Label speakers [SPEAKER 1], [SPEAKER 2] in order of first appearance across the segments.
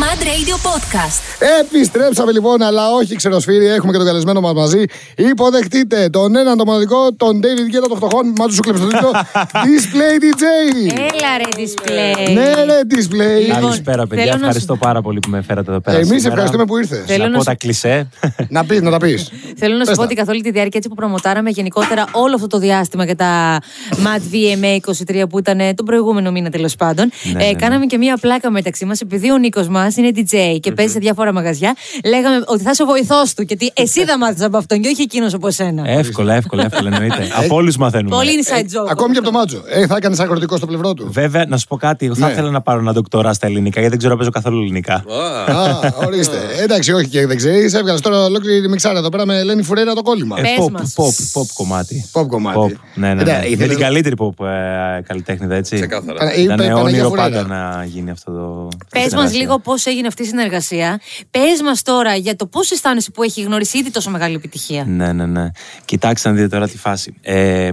[SPEAKER 1] Mad Radio Podcast.
[SPEAKER 2] Επιστρέψαμε λοιπόν, αλλά όχι ξενοσφύρι, έχουμε και τον καλεσμένο μας μαζί. Υποδεχτείτε τον έναν, τον μοναδικό, τον David Guetta των φτωχών. Μα του σου κλέψω το τίτλο. Display DJ.
[SPEAKER 3] Έλα ρε display.
[SPEAKER 2] Ναι, ρε, display.
[SPEAKER 3] Λοιπόν,
[SPEAKER 4] Καλησπέρα, παιδιά.
[SPEAKER 3] θέλω να σου-
[SPEAKER 4] Ευχαριστώ πάρα πολύ που με φέρατε εδώ πέρα.
[SPEAKER 2] Εμείς
[SPEAKER 4] σήμερα.
[SPEAKER 2] Ε, ευχαριστούμε που ήρθες.
[SPEAKER 3] Θέλω
[SPEAKER 4] Να
[SPEAKER 3] να
[SPEAKER 4] πω
[SPEAKER 3] σου-
[SPEAKER 4] τα κλισέ.
[SPEAKER 2] Να πεις, να τα πεις.
[SPEAKER 3] Θέλω να σου
[SPEAKER 2] Πες
[SPEAKER 3] πω
[SPEAKER 2] τα.
[SPEAKER 3] ότι καθ' όλη τη διάρκεια έτσι που προμοτάραμε γενικότερα όλο αυτό το διάστημα και τα Mad VMA 23 που ήταν ε, τον προηγούμενο μήνα τέλος πάντων.
[SPEAKER 4] Ναι,
[SPEAKER 3] ε,
[SPEAKER 4] ναι, ναι.
[SPEAKER 3] Κάναμε και μία πλάκα μεταξύ μας επειδή ο Νίκος μας είναι DJ και παίζει σε διάφορα μαγαζιά. Λέγαμε ότι θα είσαι ο βοηθός του και τι εσύ θα μάθεις από αυτόν και όχι εκείνος από σένα.
[SPEAKER 4] εύκολα, εύκολα, εύκολα
[SPEAKER 2] Ε,
[SPEAKER 4] εννοείται. Από όλους μαθαίνουμε.
[SPEAKER 3] Πολύ inside joke.
[SPEAKER 2] Ακόμη και από το μάτζο. Ε, θα έκανες ακροτικό στο πλευρό του.
[SPEAKER 4] Βέβαια, να σου πω κάτι. Εγώ θα
[SPEAKER 2] Ναι.
[SPEAKER 4] ήθελα να πάρω ένα ντοκτορά στα ελληνικά, γιατί δεν ξέρω να παίζω καθόλου ελληνικά.
[SPEAKER 2] Α, ορίστε. Εντάξει, όχι και δεν ξέρεις. Έβγαλες τώρα ολόκληρη μιξάρα εδώ πέρα με Ελένη Φουρέρα το κόλλημα.
[SPEAKER 4] Ε,
[SPEAKER 3] Πες
[SPEAKER 4] pop,
[SPEAKER 3] μας.
[SPEAKER 4] pop, pop κομμάτι.
[SPEAKER 2] Pop κομμάτι.
[SPEAKER 4] Ναι, ναι,
[SPEAKER 2] Εντάξει,
[SPEAKER 4] ναι.
[SPEAKER 2] ήθελες-
[SPEAKER 4] Με την καλύτερη pop ε, καλλιτέχνηδα, έτσι.
[SPEAKER 2] Πανα- η
[SPEAKER 4] Ήταν
[SPEAKER 2] Πα- Παναγία
[SPEAKER 4] όνειρο
[SPEAKER 2] Φουρέρα.
[SPEAKER 4] πάντα να γίνει αυτό το.
[SPEAKER 3] Πες μας
[SPEAKER 4] συνεργασία.
[SPEAKER 3] λίγο πώς έγινε αυτή η συνεργασία. Πες μας τώρα για το πώς αισθάνεσαι που έχει γνωρίσει ήδη τόσο μεγάλη επιτυχία.
[SPEAKER 4] Ναι, ναι, ναι. Κοιτάξτε να δείτε τώρα τη φάση. Ε,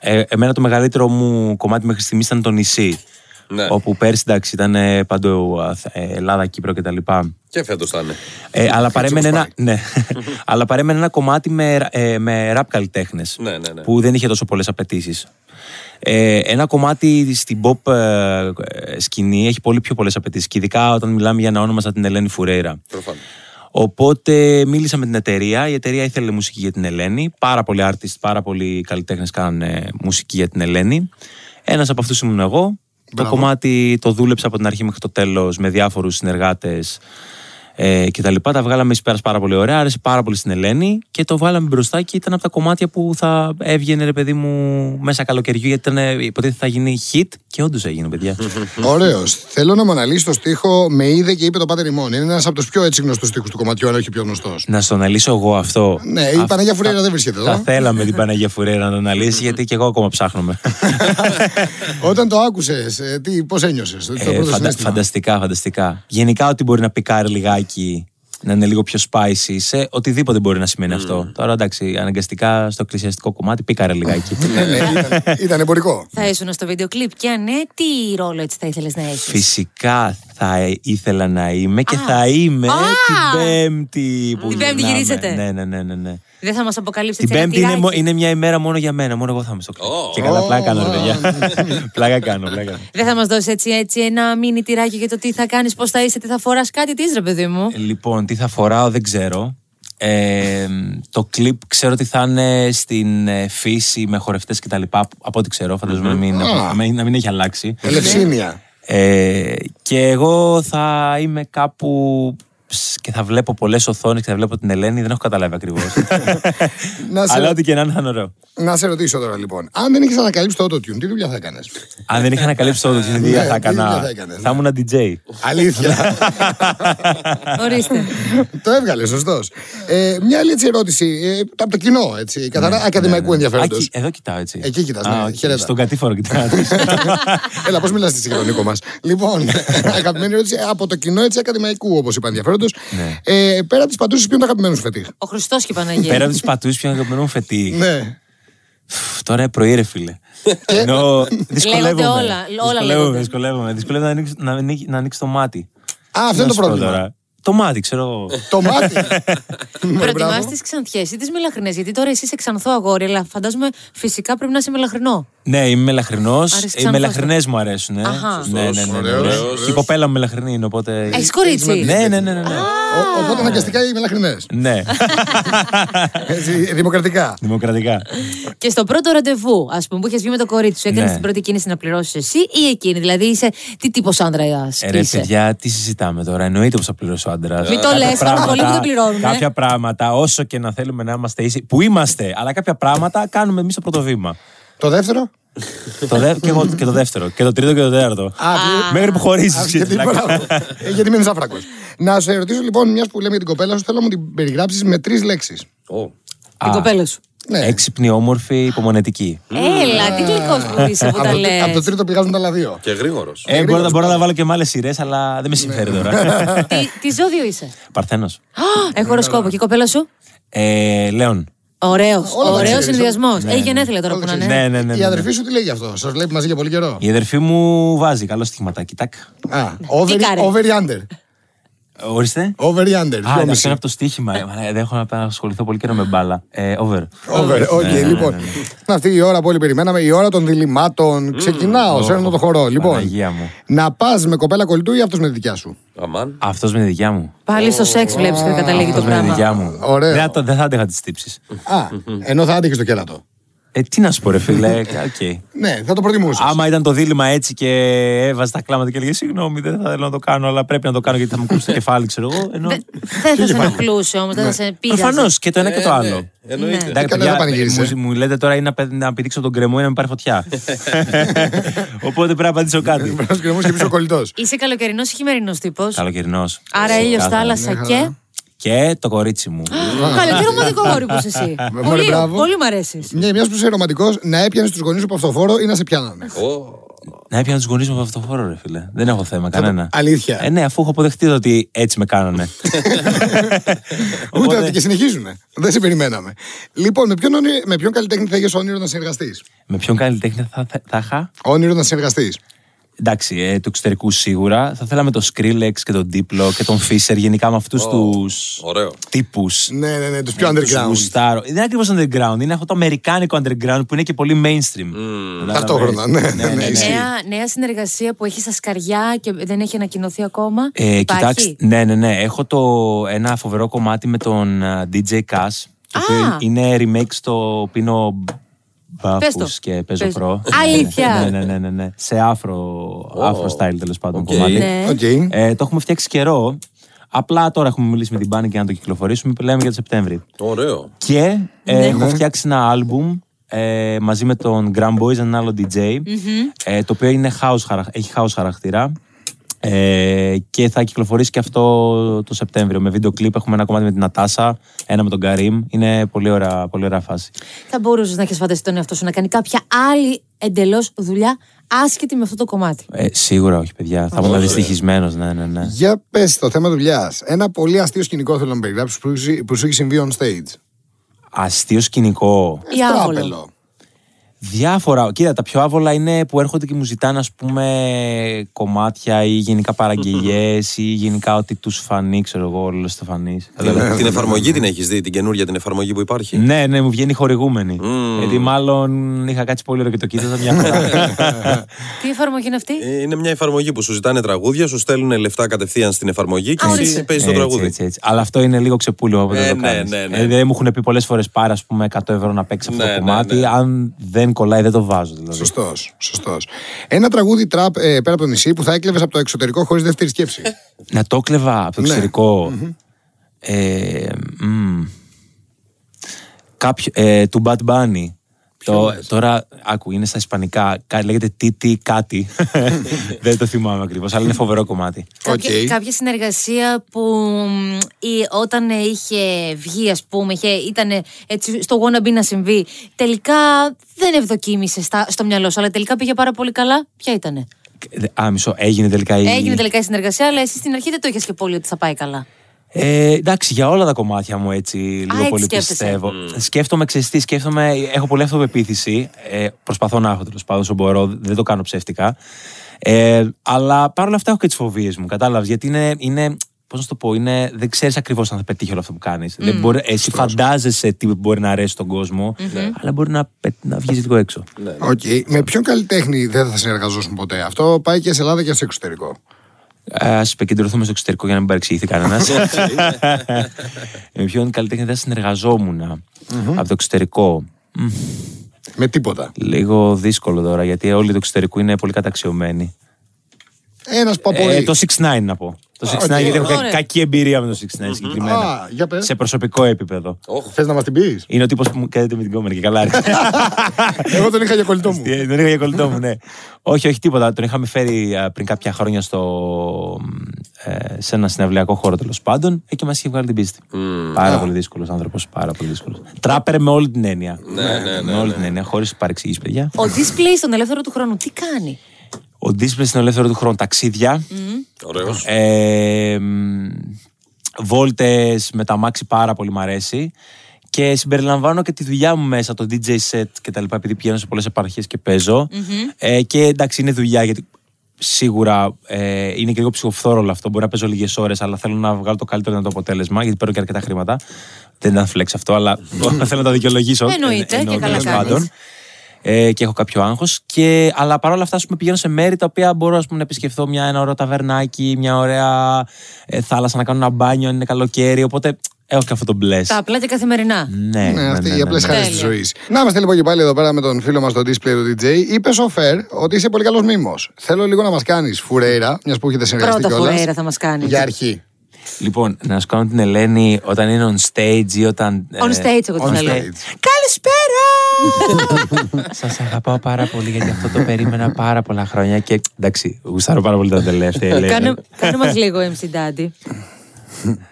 [SPEAKER 4] ε, εμένα το μεγαλύτερο μου κομμάτι μέχρι στιγμής ήταν το νησί.
[SPEAKER 5] Ναι.
[SPEAKER 4] Όπου πέρσι εντάξει, ήταν ε, παντού ε, Ελλάδα, Κύπρο κτλ.
[SPEAKER 5] Και φέτος θα είναι.
[SPEAKER 4] Ε, αλλά, παρέμενε
[SPEAKER 2] όπως
[SPEAKER 4] ένα, ναι, αλλά παρέμενε ένα κομμάτι με, ρα- ε, με ραπ καλλιτέχνες.
[SPEAKER 5] Ναι, ναι, ναι.
[SPEAKER 4] Που δεν είχε τόσο πολλές απαιτήσεις. Ε, ένα κομμάτι στην pop ε, ε, σκηνή έχει πολύ πιο πολλές απαιτήσεις. Και ειδικά όταν μιλάμε για ένα όνομα σαν την Ελένη Φουρέιρα.
[SPEAKER 5] Προφανώς.
[SPEAKER 4] Οπότε μίλησα με την εταιρεία. Η εταιρεία ήθελε μουσική για την Ελένη. Πάρα πολλοί artists, πάρα πολλοί καλλιτέχνες κάνουν ε, μουσική για την Ελένη. Ένας από αυτούς ήμουν εγώ. Το κομμάτι το δούλεψα από την αρχή μέχρι το τέλος με διάφορους συνεργάτες ε, και τα λοιπά. Τα βγάλαμε ει πέρα πάρα πολύ ωραία. Άρεσε πάρα πολύ στην Ελένη και το βγάλαμε μπροστά και ήταν από τα κομμάτια που θα έβγαινε, ρε παιδί μου, μέσα καλοκαιριού. Γιατί ήταν, ε, υποτίθεται θα γίνει hit και όντως έγινε, παιδιά.
[SPEAKER 2] Ωραίος. Θέλω να μου αναλύσεις το στίχο Με είδε και είπε το πάτερ ημών. Είναι ένας από τους πιο έτσι γνωστούς στίχους του κομματιού, αν όχι πιο γνωστός.
[SPEAKER 4] Να στο αναλύσω εγώ αυτό.
[SPEAKER 2] Ναι, η
[SPEAKER 4] Αυτό
[SPEAKER 2] Παναγία
[SPEAKER 4] θα-
[SPEAKER 2] Φουρέιρα δεν βρίσκεται
[SPEAKER 4] Θα
[SPEAKER 2] εδώ.
[SPEAKER 4] θέλαμε την Παναγία Φουρέρα να το αναλύσει, γιατί και εγώ ακόμα ψάχνομαι.
[SPEAKER 2] Όταν το ε, άκουσε, πώς ένιωσες. Το
[SPEAKER 4] ε,
[SPEAKER 2] πρώτο
[SPEAKER 4] φαντα-
[SPEAKER 2] συνέστημα.
[SPEAKER 4] φανταστικά, φανταστικά. Γενικά, ότι μπορεί να πικάρει λιγάκι, να είναι λίγο πιο spicy, σε οτιδήποτε μπορεί να σημαίνει αυτό. Τώρα εντάξει, αναγκαστικά στο εκκλησιαστικό κομμάτι πικάρε λιγάκι.
[SPEAKER 2] Ναι, ναι, ήταν- ήταν εμπορικό.
[SPEAKER 3] Θα ήσουν στο βίντεο κλιπ και αν ναι, τι ρόλο έτσι θα ήθελες να έχεις.
[SPEAKER 4] Φυσικά θα ε- ήθελα να είμαι και
[SPEAKER 3] Α.
[SPEAKER 4] θα είμαι
[SPEAKER 3] Α.
[SPEAKER 4] την Πέμπτη. Που
[SPEAKER 3] Την Πέμπτη
[SPEAKER 4] γυρνάμε.
[SPEAKER 3] γυρίζετε.
[SPEAKER 4] Ναι, ναι, ναι. ναι, ναι.
[SPEAKER 3] Δεν θα μας αποκαλύψει
[SPEAKER 4] Την Πέμπτη είναι, μο- είναι μια ημέρα μόνο για μένα. Μόνο εγώ θα είμαι στο κλειπ. Και καλά
[SPEAKER 2] Oh,
[SPEAKER 4] πλάκα κάνω,
[SPEAKER 2] wow.
[SPEAKER 4] ρε παιδιά. πλάκα κάνω, πλάκα. κάνω.
[SPEAKER 3] Δεν θα μας δώσει έτσι, έτσι ένα μίνι τυράκι για το τι θα κάνεις, πώς θα είσαι, τι θα φοράς, κάτι της ρε παιδί μου.
[SPEAKER 4] Λοιπόν, τι θα φοράω δεν ξέρω. Ε, το κλιπ ξέρω ότι θα είναι στην ε, φύση με χορευτές και τα λοιπά. Από ό,τι ξέρω, φαντάζομαι να μην-
[SPEAKER 2] Α.
[SPEAKER 4] να μην- να μην έχει αλλάξει.
[SPEAKER 2] Ελευσίνια.
[SPEAKER 4] Ε, και εγώ θα είμαι κάπου ψ, και θα βλέπω πολλές οθόνες και θα βλέπω την Ελένη. Δεν έχω καταλάβει ακριβώς.
[SPEAKER 2] Να σε-
[SPEAKER 4] Αλλά ό,τι και να είναι θα είναι ωραίο.
[SPEAKER 2] Να σε ρωτήσω τώρα λοιπόν, αν δεν είχες ανακαλύψει το auto-tune, τι δουλειά θα έκανες.
[SPEAKER 4] Αν δεν είχα ανακαλύψει το τι
[SPEAKER 2] Ναι,
[SPEAKER 4] δουλειά θα
[SPEAKER 2] τι δουλειά
[SPEAKER 4] έκανα.
[SPEAKER 2] θα έκανες,
[SPEAKER 4] Θα ήμουν DJ.
[SPEAKER 2] Αλήθεια.
[SPEAKER 4] Ε,
[SPEAKER 3] Ορίστε.
[SPEAKER 2] το έβγαλες, σωστός. Ε, μια άλλη έτσι ερώτηση ε, από το κοινό,
[SPEAKER 4] Ναι,
[SPEAKER 2] έτσι, καθαρά ακαδημαϊκού ενδιαφέροντος.
[SPEAKER 4] Α, κοι- Εδώ κοιτάω έτσι.
[SPEAKER 2] Εκεί κοιτάς,
[SPEAKER 4] Α,
[SPEAKER 2] ναι,
[SPEAKER 4] οκ.
[SPEAKER 2] χαιρετά.
[SPEAKER 4] Στον κατήφορο κοιτάω.
[SPEAKER 2] Έλα, πώς μιλάς στη συγχρονικό μας. λοιπόν, αγαπημένη ερώτηση από το κοινό έτσι ακαδημαϊκού, όπως είπα, ενδιαφέροντος.
[SPEAKER 4] Ναι.
[SPEAKER 2] Ε, πέρα από τις παντούσε, ποιο είναι το αγαπημένος σου φετίχ.
[SPEAKER 3] Ο Χριστός και η Παναγία.
[SPEAKER 4] Πέρα από του πατού, ποιο είναι το αγαπημένο μου φετί.
[SPEAKER 2] Ναι.
[SPEAKER 4] Φου, Τώρα πρωί, ρε φίλε. Ενώ δυσκολεύομαι.
[SPEAKER 3] όλα, όλα λέγονται.
[SPEAKER 4] Δυσκολεύομαι, δυσκολεύομαι. Δυσκολεύομαι να ανοίξω- να ανοίξει- να ανοίξει το μάτι.
[SPEAKER 2] Α, αυτό
[SPEAKER 4] Να
[SPEAKER 2] είναι το
[SPEAKER 4] σου πω
[SPEAKER 2] πρόβλημα.
[SPEAKER 4] τώρα. Το μάτι, ξέρω εγώ.
[SPEAKER 2] Το μάτι. Ναι,
[SPEAKER 4] Ε,
[SPEAKER 3] Προετοιμά τις ξανθιές ή τις μελαχρινές. Γιατί τώρα εσύ είσαι ξανθό αγόρι, αλλά φαντάζομαι φυσικά πρέπει να είσαι μελαχρινό.
[SPEAKER 4] Ναι, είμαι μελαχρινός.
[SPEAKER 3] Άρεσε
[SPEAKER 4] Οι
[SPEAKER 3] ξανά
[SPEAKER 4] μελαχρινές μου αρέσουν. Ε.
[SPEAKER 3] Αχα.
[SPEAKER 4] Ναι, ναι, ναι, ναι, ναι.
[SPEAKER 2] Ωραίος,
[SPEAKER 4] Και η κοπέλα μου μελαχρινή είναι, οπότε.
[SPEAKER 3] Έχεις κορίτσι.
[SPEAKER 4] Ναι, ναι, ναι. ναι, ναι.
[SPEAKER 2] Ο- Οπότε αναγκαστικά οι μελαχρινές.
[SPEAKER 4] ναι.
[SPEAKER 2] Δημοκρατικά.
[SPEAKER 4] Δημοκρατικά.
[SPEAKER 3] Και στο πρώτο ραντεβού, ας πούμε, που είχες βγει με το κορίτσι σου, έκανες
[SPEAKER 4] Ναι.
[SPEAKER 3] την πρώτη κίνηση να πληρώσεις εσύ ή εκείνη. Δηλαδή είσαι τι τύπος άντρα
[SPEAKER 4] Ε, Ρε
[SPEAKER 3] είσαι.
[SPEAKER 4] παιδιά, τι συζητάμε τώρα. Εννοείται πως θα πληρώσει ο άντρας.
[SPEAKER 3] Μην το λες, υπάρχουν πολλοί που δεν πληρώνουν, ε.
[SPEAKER 4] Κάποια πράγματα, όσο και να θέλουμε να είμαστε ίσοι, που είμαστε, αλλά κάποια πράγματα κάνουμε εμείς το πρώτο βήμα.
[SPEAKER 2] Το δεύτερο.
[SPEAKER 4] το δε, και, εγώ, και το δεύτερο. Και το τρίτο και το τέταρτο. Μέχρι
[SPEAKER 2] Α,
[SPEAKER 4] που δηλαδή, χωρίζει.
[SPEAKER 2] γιατί μπράβο. Ε, γιατί μένεις άφρακος. Να σε ερωτήσω λοιπόν, μιας που λέμε για την κοπέλα σου, θέλω να μου την περιγράψεις με τρεις λέξεις.
[SPEAKER 3] Την κοπέλα σου.
[SPEAKER 2] Ναι.
[SPEAKER 4] Έξυπνη, όμορφη, υπομονετική.
[SPEAKER 3] Έλα, τι γλυκός που είσαι που
[SPEAKER 2] από,
[SPEAKER 3] τα
[SPEAKER 2] το-
[SPEAKER 3] λες.
[SPEAKER 2] από το τρίτο πηγάζουν τα άλλα δύο.
[SPEAKER 5] Και γρήγορος.
[SPEAKER 4] Ε, μπορώ, να- μπορώ να βάλω και με άλλες σειρές, αλλά δεν με συμφέρει
[SPEAKER 2] Ναι.
[SPEAKER 4] τώρα.
[SPEAKER 3] Τι, τι ζώδιο είσαι.
[SPEAKER 4] Παρθένος.
[SPEAKER 3] Α, Έχω οροσκόπο. Και η κοπέλα σου.
[SPEAKER 4] Ε, Λέων.
[SPEAKER 3] Ωραίος.
[SPEAKER 2] Όλα τα
[SPEAKER 3] Ωραίος
[SPEAKER 2] ξέρεις,
[SPEAKER 3] συνδυασμό. Έχει Ε, γενέθλια τώρα
[SPEAKER 2] Όλα
[SPEAKER 3] που
[SPEAKER 2] τα
[SPEAKER 3] να
[SPEAKER 2] ξέρεις.
[SPEAKER 3] είναι.
[SPEAKER 4] ναι, ναι, ναι.
[SPEAKER 2] Η αδερφή σου τι λέει γι' αυτό. Σας βλέπει μαζί για πολύ καιρό.
[SPEAKER 4] Η αδερφή μου βάζει καλό στοιχηματάκι. Τάκ.
[SPEAKER 2] Α, over,
[SPEAKER 3] Τι κάρε.
[SPEAKER 2] over ή under.
[SPEAKER 4] Ορίστε.
[SPEAKER 2] Over ή under.
[SPEAKER 4] Α,
[SPEAKER 2] δυόμιση.
[SPEAKER 4] εντάξει, είναι από το στοίχημα. Ε, μαλάκα, Δεν έχω να ασχοληθώ πολύ καιρό με μπάλα. Ε, over.
[SPEAKER 2] Over,
[SPEAKER 4] Ναι,
[SPEAKER 2] οκ, λοιπόν. Είναι αυτή η ώρα που όλοι περιμέναμε, η ώρα των διλημάτων. Ξεκινάω, σε αυτό το χορό. Λοιπόν,
[SPEAKER 4] Παναγία μου.
[SPEAKER 2] να πας με κοπέλα κολλητού ή αυτός με τη δικιά σου.
[SPEAKER 1] Αμάν.
[SPEAKER 4] Αυτός με τη δικιά μου.
[SPEAKER 3] Πάλι στο σεξ βλέπεις ότι καταλήγει το
[SPEAKER 4] Αυτός με τη
[SPEAKER 3] πράγμα.
[SPEAKER 4] δικιά μου.
[SPEAKER 2] Ωραίο.
[SPEAKER 4] Δεν, θα το- δεν θα άντεγα τις τύψεις.
[SPEAKER 2] Α, ενώ θα άντεχες το κέρατο.
[SPEAKER 4] Ε, τι να σου πω, ρε φίλε. ε, οκ.
[SPEAKER 2] Ναι, θα το προτιμούσα.
[SPEAKER 4] Άμα ήταν το δίλημα έτσι και έβαζε τα κλάματα και έλεγε Συγγνώμη, δεν θα θέλω να το κάνω, αλλά πρέπει να το κάνω γιατί θα μου κούσει το κεφάλι, ξέρω εγώ. Ενώ...
[SPEAKER 3] Δεν- Ε, Δεν θα σε ενοχλούσε όμως, δεν θα σε πείραζε.
[SPEAKER 4] Προφανώς και το ένα και το
[SPEAKER 1] Ε,
[SPEAKER 4] άλλο.
[SPEAKER 1] ναι, Εννοείται.
[SPEAKER 4] Εντάξει,
[SPEAKER 2] Καλά,
[SPEAKER 4] παιδιά,
[SPEAKER 2] δεν πανηγύρισε.
[SPEAKER 4] μου,
[SPEAKER 1] ε.
[SPEAKER 4] μου λέτε τώρα είναι να, πε- να πηδήξω τον κρεμό ή να με πάρει φωτιά. Οπότε πρέπει να απαντήσω κάτι.
[SPEAKER 2] Ένας κρεμός και πίσω κολλητός.
[SPEAKER 3] Είσαι καλοκαιρινός ή χειμερινός τύπος.
[SPEAKER 4] Καλοκαιρινός.
[SPEAKER 3] Άρα ήλιο, θάλασσα και.
[SPEAKER 4] Και το κορίτσι μου.
[SPEAKER 3] Καλέ, τι ρομαντικό γόρι που είσαι εσύ.
[SPEAKER 2] Μωρέ,
[SPEAKER 3] Πολύ,
[SPEAKER 2] μπράβο.
[SPEAKER 3] πολύ μ' αρέσεις.
[SPEAKER 2] Μια μιας που είσαι ρομαντικός, να έπιανες τους γονείς σου παυτοφόρο ή να σε πιάνανε.
[SPEAKER 1] Ω,
[SPEAKER 4] να έπιανα τους γονείς μου από αυτό το χώρο, ρε φίλε. Δεν έχω θέμα κανένα.
[SPEAKER 2] αλήθεια.
[SPEAKER 4] Ε, ναι, αφού έχω αποδεχτεί ότι έτσι με κάνανε.
[SPEAKER 2] Ούτε
[SPEAKER 4] Οπότε-
[SPEAKER 2] ότι και συνεχίζουν. Δεν σε περιμέναμε. Λοιπόν, με ποιον, όνει- με ποιον καλλιτέχνη θα είχες όνειρο να συνεργαστείς.
[SPEAKER 4] με ποιον καλλιτέχνη θα, θα, θα είχα.
[SPEAKER 2] Όνειρο να συνεργαστείς.
[SPEAKER 4] Εντάξει, ε, του εξωτερικού σίγουρα. Θα θέλαμε τον Skrillex και τον Diplo και τον Fisher, γενικά με αυτούς τους τους
[SPEAKER 1] Ωραίο.
[SPEAKER 4] τύπους.
[SPEAKER 2] Ναι, ναι, ναι, τους
[SPEAKER 4] Ε,
[SPEAKER 2] πιο underground.
[SPEAKER 4] Γουστάρω. Δεν είναι ακριβώς underground, είναι αυτό το αμερικάνικο underground που είναι και πολύ mainstream. Κατάλαβες.
[SPEAKER 2] Mm. Ταυτόχρονα, ναι, ναι, ναι, ισχύει.
[SPEAKER 3] Νέα, νέα συνεργασία που έχει στα σκαριά και δεν έχει ανακοινωθεί ακόμα.
[SPEAKER 4] Ε,
[SPEAKER 3] Υπάρχει?
[SPEAKER 4] κοιτάξτε, ναι, ναι, ναι. Έχω το, ένα φοβερό κομμάτι με τον ε, α, DJ Cash. Το οποίο είναι remake στο πίνο
[SPEAKER 3] το.
[SPEAKER 4] μπάφους και παίζω
[SPEAKER 3] Πες.
[SPEAKER 4] προ.
[SPEAKER 3] Αλήθεια.
[SPEAKER 4] Ναι, ναι, ναι, ναι, ναι. Σε άφρο, άφρο style τέλος πάντων
[SPEAKER 1] Οκ.
[SPEAKER 4] κομμάτι.
[SPEAKER 3] Ναι.
[SPEAKER 2] Οκ.
[SPEAKER 4] Ε, το έχουμε φτιάξει καιρό. Απλά τώρα έχουμε μιλήσει με την Πάνη και να το κυκλοφορήσουμε. Λέμε για το Σεπτέμβρη.
[SPEAKER 1] Ωραίο.
[SPEAKER 4] Και ε, έχω φτιάξει ένα άλμπουμ ε, μαζί με τον Gram Boys, έναν άλλο DJ, ε, το οποίο είναι house, χαρα- έχει house χαρακτήρα. Ε, και θα κυκλοφορήσει και αυτό το Σεπτέμβριο με βίντεο κλιπ. Έχουμε ένα κομμάτι με την Ατάσα, ένα με τον Καρύμ. Είναι πολύ ωραία, πολύ ωραία φάση.
[SPEAKER 3] Θα μπορούσες να έχεις φανταστεί τον εαυτό σου να κάνει κάποια άλλη εντελώς δουλειά άσχετη με αυτό το κομμάτι.
[SPEAKER 4] Ε, σίγουρα όχι, παιδιά. Θα ήμουν δυστυχισμένος, ναι, ναι, ναι.
[SPEAKER 2] Για πες το θέμα δουλειάς. Ένα πολύ αστείο σκηνικό θέλω να περιγράψεις που, σου- που σου έχει συμβεί on stage. Ε,
[SPEAKER 4] Αστείο σκηνικό.
[SPEAKER 3] Ή
[SPEAKER 2] Αυτό
[SPEAKER 3] άβολο.
[SPEAKER 2] απελώ.
[SPEAKER 4] Διάφορα. Κοίτα, τα πιο άβολα είναι που έρχονται και μου ζητάνε, ας πούμε, κομμάτια ή γενικά παραγγελίε ή γενικά ότι τους φανεί, ξέρω εγώ, όλος Στεφανή.
[SPEAKER 1] Την εφαρμογή την έχεις δει, την καινούργια την εφαρμογή που υπάρχει.
[SPEAKER 4] ναι, ναι, μου βγαίνει χορηγούμενη. Γιατί μάλλον είχα κάτσει πολύ ωραίο και το κοίταζα μια φορά.
[SPEAKER 3] Τι εφαρμογή είναι αυτή.
[SPEAKER 1] Ε, Είναι μια εφαρμογή που σου ζητάνε τραγούδια, σου στέλνουν λεφτά κατευθείαν στην εφαρμογή και
[SPEAKER 3] Α,
[SPEAKER 1] εσύ
[SPEAKER 3] ορίστε.
[SPEAKER 1] παίζεις το
[SPEAKER 4] Έτσι,
[SPEAKER 1] τραγούδι.
[SPEAKER 4] έτσι, έτσι. Αλλά αυτό είναι λίγο ξεπούλιο από
[SPEAKER 1] Ε,
[SPEAKER 4] το
[SPEAKER 1] ναι,
[SPEAKER 4] κάνεις.
[SPEAKER 1] ναι, ναι.
[SPEAKER 4] Ε, Δηλαδή μου έχουν πει πολλές φορές πάρε, ας πούμε, 100 ευρώ να παίξεις αυτό
[SPEAKER 1] Ναι,
[SPEAKER 4] το
[SPEAKER 1] ναι,
[SPEAKER 4] κομμάτι.
[SPEAKER 1] ναι.
[SPEAKER 4] Αν δεν κολλάει, δεν το βάζω. Δηλαδή.
[SPEAKER 2] Σωστός, σωστός. Ένα τραγούδι τραπ ε, πέρα από το νησί που θα έκλεβες από το εξωτερικό χωρίς δεύτερη σκέψη.
[SPEAKER 4] Να το κλεβα από το εξωτερικό. Ε, μμ. Κάποιο, ε, του Bad Bunny. Το, τώρα, άκου, είναι στα ισπανικά. κα- Λέγεται τίτι κάτι. Δεν το θυμάμαι ακριβώς, αλλά είναι φοβερό κομμάτι.
[SPEAKER 3] Κάποια,
[SPEAKER 2] Οκ.
[SPEAKER 3] κάποια συνεργασία που μ, ή, όταν ε, είχε βγει, ας πούμε, είχε, ήταν ε, έτσι στο wannabe να συμβεί, τελικά δεν ευδοκίμησε στα, στο μυαλό σου, αλλά τελικά πήγε πάρα πολύ καλά. Ποια ήτανε.
[SPEAKER 4] Α, μισό, έγινε τελικά η.
[SPEAKER 3] Έγινε τελικά η συνεργασία, αλλά εσύ στην αρχή δεν το είχες και πολύ ότι θα πάει καλά.
[SPEAKER 4] Ε, εντάξει, για όλα τα κομμάτια μου έτσι λίγο
[SPEAKER 3] έτσι
[SPEAKER 4] πολύ
[SPEAKER 3] σκέφτεσαι.
[SPEAKER 4] πιστεύω. Σκέφτομαι, ξέρεις τι, σκέφτομαι, έχω πολύ αυτοπεποίθηση. Ε, προσπαθώ να έχω τέλος πάντων όσο μπορώ, δεν το κάνω ψεύτικα. Ε, αλλά παρόλα αυτά έχω και τις φοβίες μου, κατάλαβες. Γιατί είναι, είναι πώς να σου το πω, είναι, δεν ξέρεις ακριβώς αν θα πετύχει όλο αυτό που κάνεις.
[SPEAKER 3] Mm.
[SPEAKER 4] Δεν μπορεί, εσύ φαντάζεσαι τι μπορεί να αρέσει τον κοσμο
[SPEAKER 3] Mm-hmm.
[SPEAKER 4] αλλά μπορεί να, πε- να βγεις λίγο έξω.
[SPEAKER 2] Οκ. Με ποιον καλλιτέχνη δεν θα συνεργαζόσουν ποτέ. Αυτό πάει και σε Ελλάδα και στο εξωτερικό.
[SPEAKER 4] Ας Ε, επικεντρωθούμε στο εξωτερικό για να μην παρεξηγηθεί κανένας. Με ποιον καλλιτέχνη δεν συνεργαζόμουν από το εξωτερικό. Μμ,
[SPEAKER 2] Με τίποτα.
[SPEAKER 4] Λίγο δύσκολο τώρα γιατί όλοι του εξωτερικού είναι πολύ καταξιωμένοι.
[SPEAKER 2] Ένας που
[SPEAKER 4] Ε,
[SPEAKER 2] απορεί.
[SPEAKER 4] το 6ix9ine να πω. Το 6ix9ine
[SPEAKER 2] οκ.
[SPEAKER 4] γιατί έχω κα-
[SPEAKER 3] Ωραία.
[SPEAKER 4] κακή εμπειρία με το 6ix9ine συγκεκριμένα.
[SPEAKER 2] Α, ε. για πες.
[SPEAKER 4] Σε προσωπικό επίπεδο.
[SPEAKER 2] Θες να μας την πεις.
[SPEAKER 4] Είναι ο τύπος που μου κάθεται με την κόμενη και καλά. ρε.
[SPEAKER 2] Εγώ τον είχα για κολλητό μου.
[SPEAKER 4] Ε, Τον είχα για κολλητό μου, ναι. Όχι, όχι τίποτα. Τον είχαμε φέρει α, πριν κάποια χρόνια στο, ε, σε ένα συναυλιακό χώρο τέλος πάντων ε, και μας είχε βγάλει την πίστη. Πάρα πολύ δύσκολος άνθρωπος. Πάρα πολύ δύσκολος. Τράπερ με όλη την έννοια. Με όλη την έννοια, χωρίς παρεξηγήσεις, παιδιά.
[SPEAKER 3] Ο display στον ελεύθερο του χρόνου, τι κάνει.
[SPEAKER 4] Ο Display στην ελεύθερο του χρόνου ταξίδια.
[SPEAKER 1] Ωραίος.
[SPEAKER 4] Ε, Βόλτες με τα μάξι πάρα πολύ μ' αρέσει. Και συμπεριλαμβάνω και τη δουλειά μου μέσα, το DJ set και τα λοιπά, επειδή πηγαίνω σε πολλές επαρχίες και παιζω Ε, και εντάξει, είναι δουλειά γιατί σίγουρα ε, είναι και λίγο ψυχοφθόρο όλο αυτό. Μπορεί να παίζω λίγες ώρες, αλλά θέλω να βγάλω το καλύτερο δυνατό αποτέλεσμα, γιατί παίρνω και αρκετά χρήματα. Δεν ήταν flex αυτό, αλλά θέλω να τα δικαιολογήσω.
[SPEAKER 3] Εννοείται, και καλά
[SPEAKER 4] τέλος
[SPEAKER 3] κάνεις.
[SPEAKER 4] πάντων. Ε, και έχω κάποιο άγχος. Και, αλλά παρόλα αυτά, ας πούμε, πηγαίνω σε μέρη τα οποία μπορώ ας πούμε, να επισκεφθώ μια, ένα ωραίο ταβερνάκι, μια ωραία ε, θάλασσα να κάνω ένα μπάνιο, αν είναι καλοκαίρι. Οπότε έχω και αυτό το μπλε.
[SPEAKER 3] Τα απλά και καθημερινά.
[SPEAKER 4] Ναι,
[SPEAKER 2] Ναι, αυτή
[SPEAKER 4] ναι,
[SPEAKER 2] η απλέ
[SPEAKER 4] ναι.
[SPEAKER 2] χαρέ της
[SPEAKER 3] Τέλεια.
[SPEAKER 2] ζωής. Να είμαστε λοιπόν και πάλι εδώ πέρα με τον φίλο μας, τον Display του DJ. Είπε ο Φερ ότι είσαι πολύ καλός μήμος. Θέλω λίγο να μας κάνεις φουρέιρα, μιας που έχετε συνεργαστεί
[SPEAKER 3] Πρώτα
[SPEAKER 2] κιόλας.
[SPEAKER 3] φορέρα θα μας κάνεις.
[SPEAKER 2] Για αρχή.
[SPEAKER 4] Λοιπόν, να σου κάνω την Ελένη όταν είναι on stage ή όταν. ε,
[SPEAKER 3] On stage, εγώ
[SPEAKER 2] on
[SPEAKER 3] τη λέω.
[SPEAKER 2] stage.
[SPEAKER 4] Καλησπέρα! Σας αγαπάω πάρα πολύ γιατί αυτό το περίμενα πάρα πολλά χρόνια και εντάξει, γουστάρω πάρα πολύ τα τελευταία. Ελένη.
[SPEAKER 3] Κάνε, κάνε μας λίγο MC Daddy.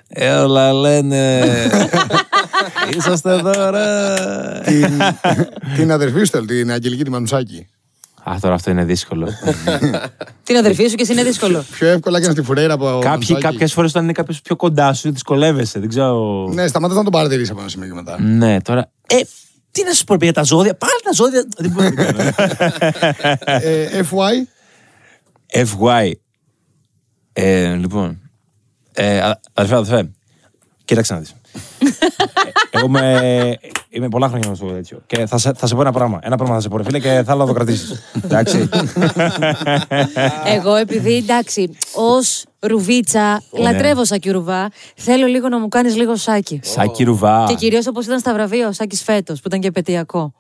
[SPEAKER 4] Ε, όλα λένε. Είσαστε εδώ, ρε.
[SPEAKER 2] την αδερφή σου, θέλω, την Αγγελική τη Μανουσάκη.
[SPEAKER 4] Α, τώρα αυτό είναι δύσκολο.
[SPEAKER 3] Την αδερφή σου και εσύ είναι δύσκολο.
[SPEAKER 2] Πιο εύκολα έκανε τη φουρέιρα από.
[SPEAKER 4] Κάποιοι, κάποιες φορές όταν είναι κάποιος πιο κοντά σου, δυσκολεύεσαι. Δεν ξέρω.
[SPEAKER 2] Ναι, σταματάς να τον παρατηρήσει από ένα σημείο και μετά.
[SPEAKER 4] Ναι, τώρα. Ε, τι να σου πω ρε, για τα ζώδια. Πάλι τα ζώδια. Δεν μπορώ να κάνω. Ναι.
[SPEAKER 2] ε, FY,
[SPEAKER 4] FY. Ε, λοιπόν. Ε, α- αδερφέ, αδερφέ. Κοίταξε να δεις. Ε, Εγώ είμαι, είμαι πολλά χρόνια μέσα στο τέτοιο. Και θα σε, θα σε πω ένα πράγμα. Ένα πράγμα θα σε πω, ρε φίλε, και θέλω να το κρατήσεις. Εντάξει. Ε.
[SPEAKER 3] Εγώ επειδή εντάξει, ως ρουβίτσα,
[SPEAKER 4] Ναι.
[SPEAKER 3] λατρεύω σάκι ρουβά, θέλω λίγο να μου κάνεις λίγο σάκι.
[SPEAKER 4] Σάκη Ρουβά.
[SPEAKER 3] Και κυρίως όπως ήταν στα βραβεία ο Σάκης φέτος, που ήταν και επαιτειακό.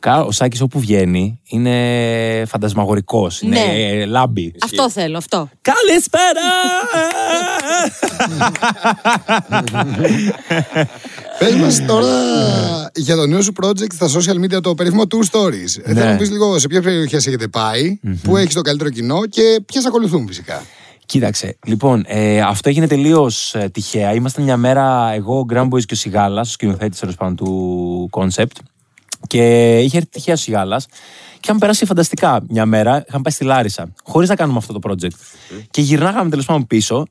[SPEAKER 4] Κα- Ο Σάκης όπου βγαίνει είναι φαντασμαγορικός.
[SPEAKER 3] Ναι.
[SPEAKER 4] Είναι ε, λάμπι.
[SPEAKER 3] Αυτό θέλω, αυτό.
[SPEAKER 4] Καλησπέρα!
[SPEAKER 2] πες μας τώρα για το νέο σου project στα social media, το περίφημο Two Stories. Ε,
[SPEAKER 4] Ναι.
[SPEAKER 2] Θέλω να πεις λίγο σε ποιε περιοχές έχετε πάει, πού έχεις το καλύτερο κοινό και ποιες ακολουθούν φυσικά.
[SPEAKER 4] Κοίταξε, λοιπόν, ε, αυτό έγινε τελείως τυχαία. Ήμασταν μια μέρα εγώ, ο Grand Boys και ο Σιγάλας, ο σκηνοθέτης τέλος πάντων του concept. Και είχε έρθει τυχαία ο Σιγάλα και είχαμε περάσει φανταστικά μια μέρα. Είχαμε πάει στη Λάρισα, χωρίς να κάνουμε αυτό το project. Και γυρνάγαμε τέλος πάντων πίσω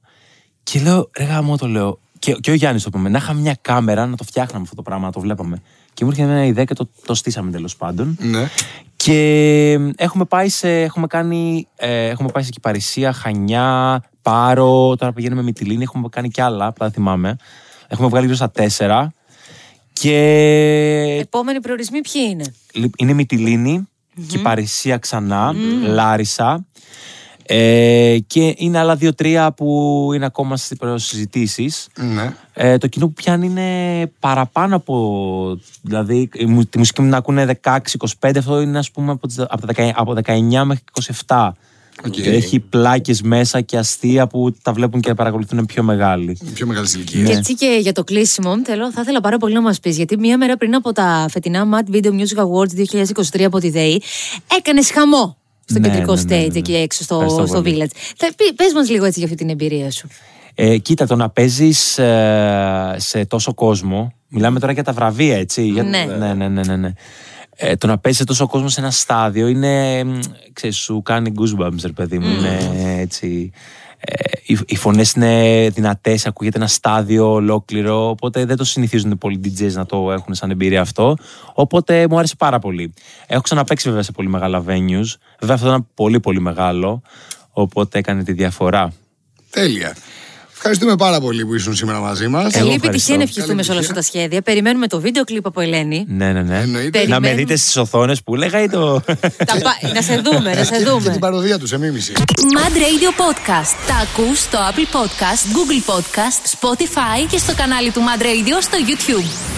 [SPEAKER 4] και λέω, ρε γάμο το λέω. Και, και ο Γιάννης το πούμε, να είχαμε μια κάμερα να το φτιάχναμε αυτό το πράγμα, να το βλέπαμε. Και μου έρχεται μια ιδέα και το, το στήσαμε τέλος πάντων.
[SPEAKER 2] Ναι.
[SPEAKER 4] Και έχουμε πάει σε, έχουμε κάνει, ε, έχουμε πάει σε Κυπαρισία, Χανιά, Πάρο, τώρα πηγαίνουμε με τη Λίνη, έχουμε κάνει κι άλλα, απλά δεν θυμάμαι. Έχουμε βγάλει γύρω στα τέσσερα. Και Ε.
[SPEAKER 3] Επόμενοι προορισμοί ποιοι είναι.
[SPEAKER 4] λι- είναι Μυτιλίνη, Κυπαρισία ξανά, Λάρισα. Ε, και είναι άλλα δύο-τρία που είναι ακόμα στις συζητήσεις.
[SPEAKER 2] ναι.
[SPEAKER 4] Ε, το κοινό που πιάνει είναι παραπάνω από. Δηλαδή, η μου- τη μουσική μου να ακούνε 16-25, αυτό είναι ας πούμε από, τις, από, τα 19, από 19 μέχρι 27. Και έχει πλάκες μέσα και αστεία που τα βλέπουν και παρακολουθούν πιο μεγάλοι.
[SPEAKER 2] Πιο μεγάλη ηλικία.
[SPEAKER 3] Και έτσι και για το κλείσιμο, θέλω, θα ήθελα πάρα πολύ να μας πεις, γιατί μία μέρα πριν από τα φετινά Mad Video Music Awards 2023 από τη ΔΕΗ, έκανες χαμό στο
[SPEAKER 4] Ναι,
[SPEAKER 3] κεντρικό
[SPEAKER 4] ναι, ναι,
[SPEAKER 3] stage
[SPEAKER 4] ναι.
[SPEAKER 3] εκεί έξω στο,
[SPEAKER 4] Ευχαριστώ
[SPEAKER 3] στο
[SPEAKER 4] πολύ.
[SPEAKER 3] Village. Πες μας λίγο έτσι για αυτή την εμπειρία σου.
[SPEAKER 4] Ε, κοίτα, το να παίζεις σε τόσο κόσμο. Μιλάμε τώρα για τα βραβεία, έτσι. Για...
[SPEAKER 3] Ναι.
[SPEAKER 4] ναι, ναι, ναι. ναι, ναι. Ε, το να παίζει σε τόσο κόσμο σε ένα στάδιο είναι. μ, Ξέρεις, σου κάνει goosebumps, ρε παιδί μου. Είναι έτσι. Ε, οι, οι φωνές είναι δυνατές, ακούγεται ένα στάδιο ολόκληρο οπότε δεν το συνηθίζουν πολλοί DJs να το έχουν σαν εμπειρία αυτό οπότε μου άρεσε πάρα πολύ έχω ξαναπαίξει βέβαια σε πολύ μεγάλα venues βέβαια αυτό ήταν πολύ πολύ μεγάλο οπότε έκανε τη διαφορά
[SPEAKER 2] Τέλεια. Ευχαριστούμε πάρα πολύ που ήσουν σήμερα μαζί μας.
[SPEAKER 3] Καλή
[SPEAKER 4] ευχαριστώ.
[SPEAKER 3] επιτυχία να ευχηθούμε σε όλα αυτά τα σχέδια. Περιμένουμε το βίντεο κλειπ από Ελένη.
[SPEAKER 4] Ναι, ναι, ναι.
[SPEAKER 2] Εννοείται.
[SPEAKER 4] Να με
[SPEAKER 3] Περιμένουμε.
[SPEAKER 4] δείτε στις οθόνες που λέγα ή το.
[SPEAKER 3] Τα πα- να σε δούμε, να σε
[SPEAKER 2] Και την
[SPEAKER 3] δούμε.
[SPEAKER 2] παροδία τους σε μίμηση.
[SPEAKER 5] Mad Radio Podcast. Τα ακούς στο Apple Podcast, Google Podcast, Spotify και στο κανάλι του Mad Radio στο YouTube.